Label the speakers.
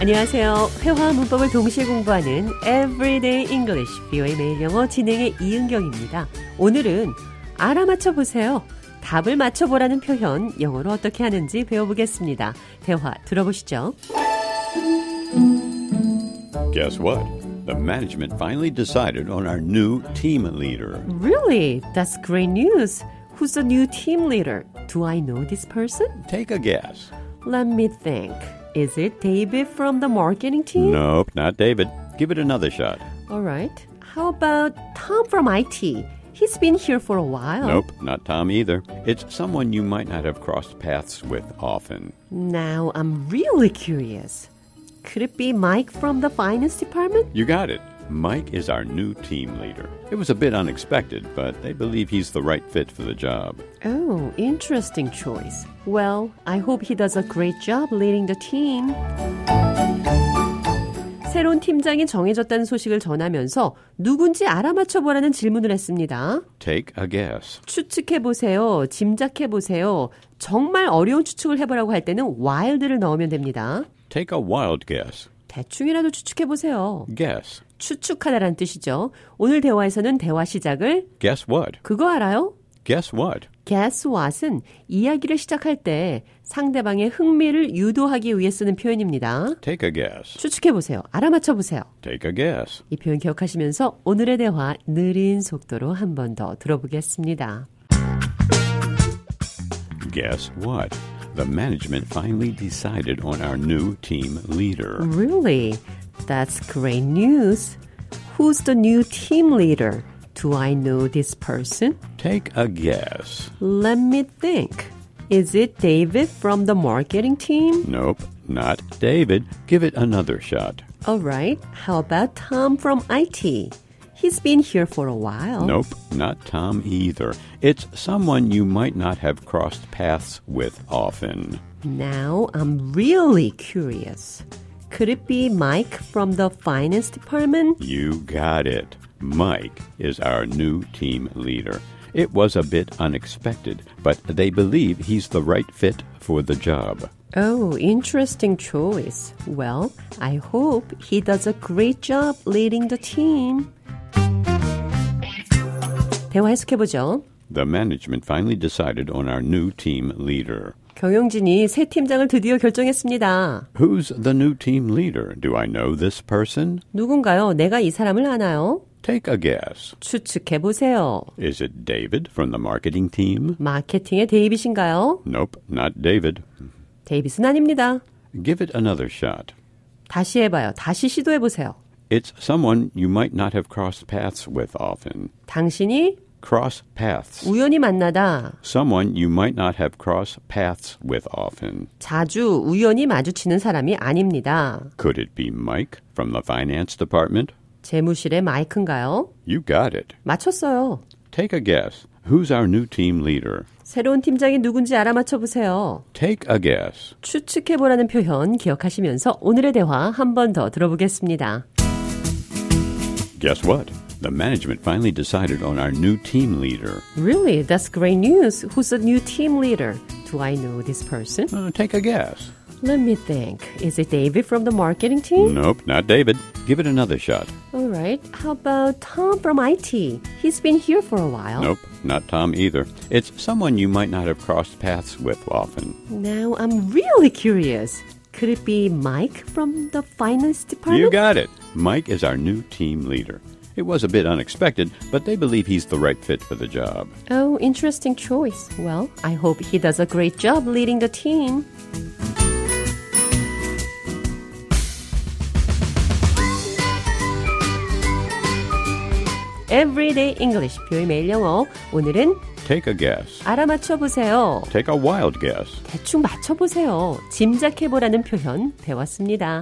Speaker 1: 안녕하세요. 회화 문법을 동시에 공부하는 Everyday English VOA 매일 영어 진행의 이은경입니다. 오늘은 알아맞혀 보세요. 답을 맞춰보라는 표현 영어로 어떻게 하는지 배워보겠습니다. 대화 들어보시죠.
Speaker 2: Guess what? The management finally decided on our new team leader.
Speaker 1: Really? That's great news. Who's the new team leader? Do I know this person?
Speaker 2: Take a guess.
Speaker 1: Let me think. Is it David from the marketing team?
Speaker 2: Nope, not David. Give it another shot.
Speaker 1: All right. How about Tom from IT? He's been here for a while.
Speaker 2: Nope, not Tom either. It's someone you might not have crossed paths with often.
Speaker 1: Now I'm really curious. Could it be Mike from the finance department?
Speaker 2: You got it. Mike is our new team leader. It was a bit unexpected, but they believe he's the right fit for the job.
Speaker 1: Oh, interesting choice. Well, I hope he does a great job leading the team. 새로운 팀장이 정해졌다는 소식을 전하면서 누군지 알아맞혀 보라는 질문을 했습니다.
Speaker 2: Take a guess.
Speaker 1: 추측해 보세요. 짐작해 보세요. 정말 어려운 추측을 해보라고 할 때는 wild를 넣으면 됩니다.
Speaker 2: Take a wild guess.
Speaker 1: 대충이라도 추측해 보세요.
Speaker 2: Guess.
Speaker 1: 추측하다란 뜻이죠. 오늘 대화에서는 대화 시작을
Speaker 2: Guess what?
Speaker 1: 그거 알아요?
Speaker 2: Guess what?
Speaker 1: Guess what은 이야기를 시작할 때 상대방의 흥미를 유도하기 위해 쓰는 표현입니다.
Speaker 2: Take a guess.
Speaker 1: 추측해 보세요. 알아맞혀 보세요.
Speaker 2: Take a guess.
Speaker 1: 이 표현 기억하시면서 오늘의 대화 느린 속도로 한 번 더 들어보겠습니다.
Speaker 2: Guess what? The management finally decided on our new team leader.
Speaker 1: Really? That's great news. Who's the new team leader? Do I know this person?
Speaker 2: Take a guess.
Speaker 1: Let me think. Is it David from the marketing team?
Speaker 2: Nope, not David. Give it another shot.
Speaker 1: Alright, how about Tom from IT? He's been here for a while.
Speaker 2: Nope, not Tom either. It's someone you might not have crossed paths with often.
Speaker 1: Now I'm really curious. Could it be Mike from the finance department?
Speaker 2: You got it. Mike is our new team leader. It was a bit unexpected, but they believe he's the right fit for the job.
Speaker 1: Oh, interesting choice. Well, I hope he does a great job leading the team. 대화 해석해보죠.
Speaker 2: The management finally decided on our new team leader.
Speaker 1: 경영진이 새 팀장을 드디어 결정했습니다.
Speaker 2: Who's the new team leader? Do I know this person?
Speaker 1: 누군가요? 내가 이 사람을 아나요?
Speaker 2: Take a guess.
Speaker 1: 추측해보세요.
Speaker 2: Is it David from the marketing team?
Speaker 1: 마케팅의 데이빗인가요?
Speaker 2: Nope, not David.
Speaker 1: 데이빗은 아닙니다.
Speaker 2: Give it another shot.
Speaker 1: 다시 해봐요. 다시 시도해보세요.
Speaker 2: It's someone you might not have crossed paths with often.
Speaker 1: 당신이
Speaker 2: Cross paths.
Speaker 1: 우연히 만나다.
Speaker 2: Someone you might not have crossed paths with often.
Speaker 1: 자주 우연히 마주치는 사람이 아닙니다.
Speaker 2: Could it be Mike from the finance department?
Speaker 1: 재무실의 마이크인가요?
Speaker 2: You got it.
Speaker 1: 맞췄어요.
Speaker 2: Take a guess. Who's our new team leader?
Speaker 1: 새로운 팀장이 누군지 알아맞혀 보세요.
Speaker 2: Take a guess.
Speaker 1: 추측해보라는 표현 기억하시면서 오늘의 대화 한 번 더 들어보겠습니다.
Speaker 2: Guess what? The management finally decided on our new team leader.
Speaker 1: Really, that's great news. Who's the new team leader? Do I know this person?
Speaker 2: Uh, take a guess.
Speaker 1: Let me think. Is it David from the marketing team?
Speaker 2: Nope, not David. Give it another shot.
Speaker 1: All right. How about Tom from IT? He's been here for a while.
Speaker 2: Nope, not Tom either. It's someone you might not have crossed paths with often.
Speaker 1: Now I'm really curious. Could it be Mike from the finance department?
Speaker 2: You got it. Mike is our new team leader. It was a bit unexpected, but they believe he's the right fit for the job.
Speaker 1: Oh, interesting choice. Well, I hope he does a great job leading the team. Everyday English 표현 매일 영어. 오늘은
Speaker 2: Take a guess.
Speaker 1: 알아맞혀 보세요.
Speaker 2: Take a wild guess.
Speaker 1: 대충 맞춰 보세요. 짐작해 보라는 표현 배웠습니다.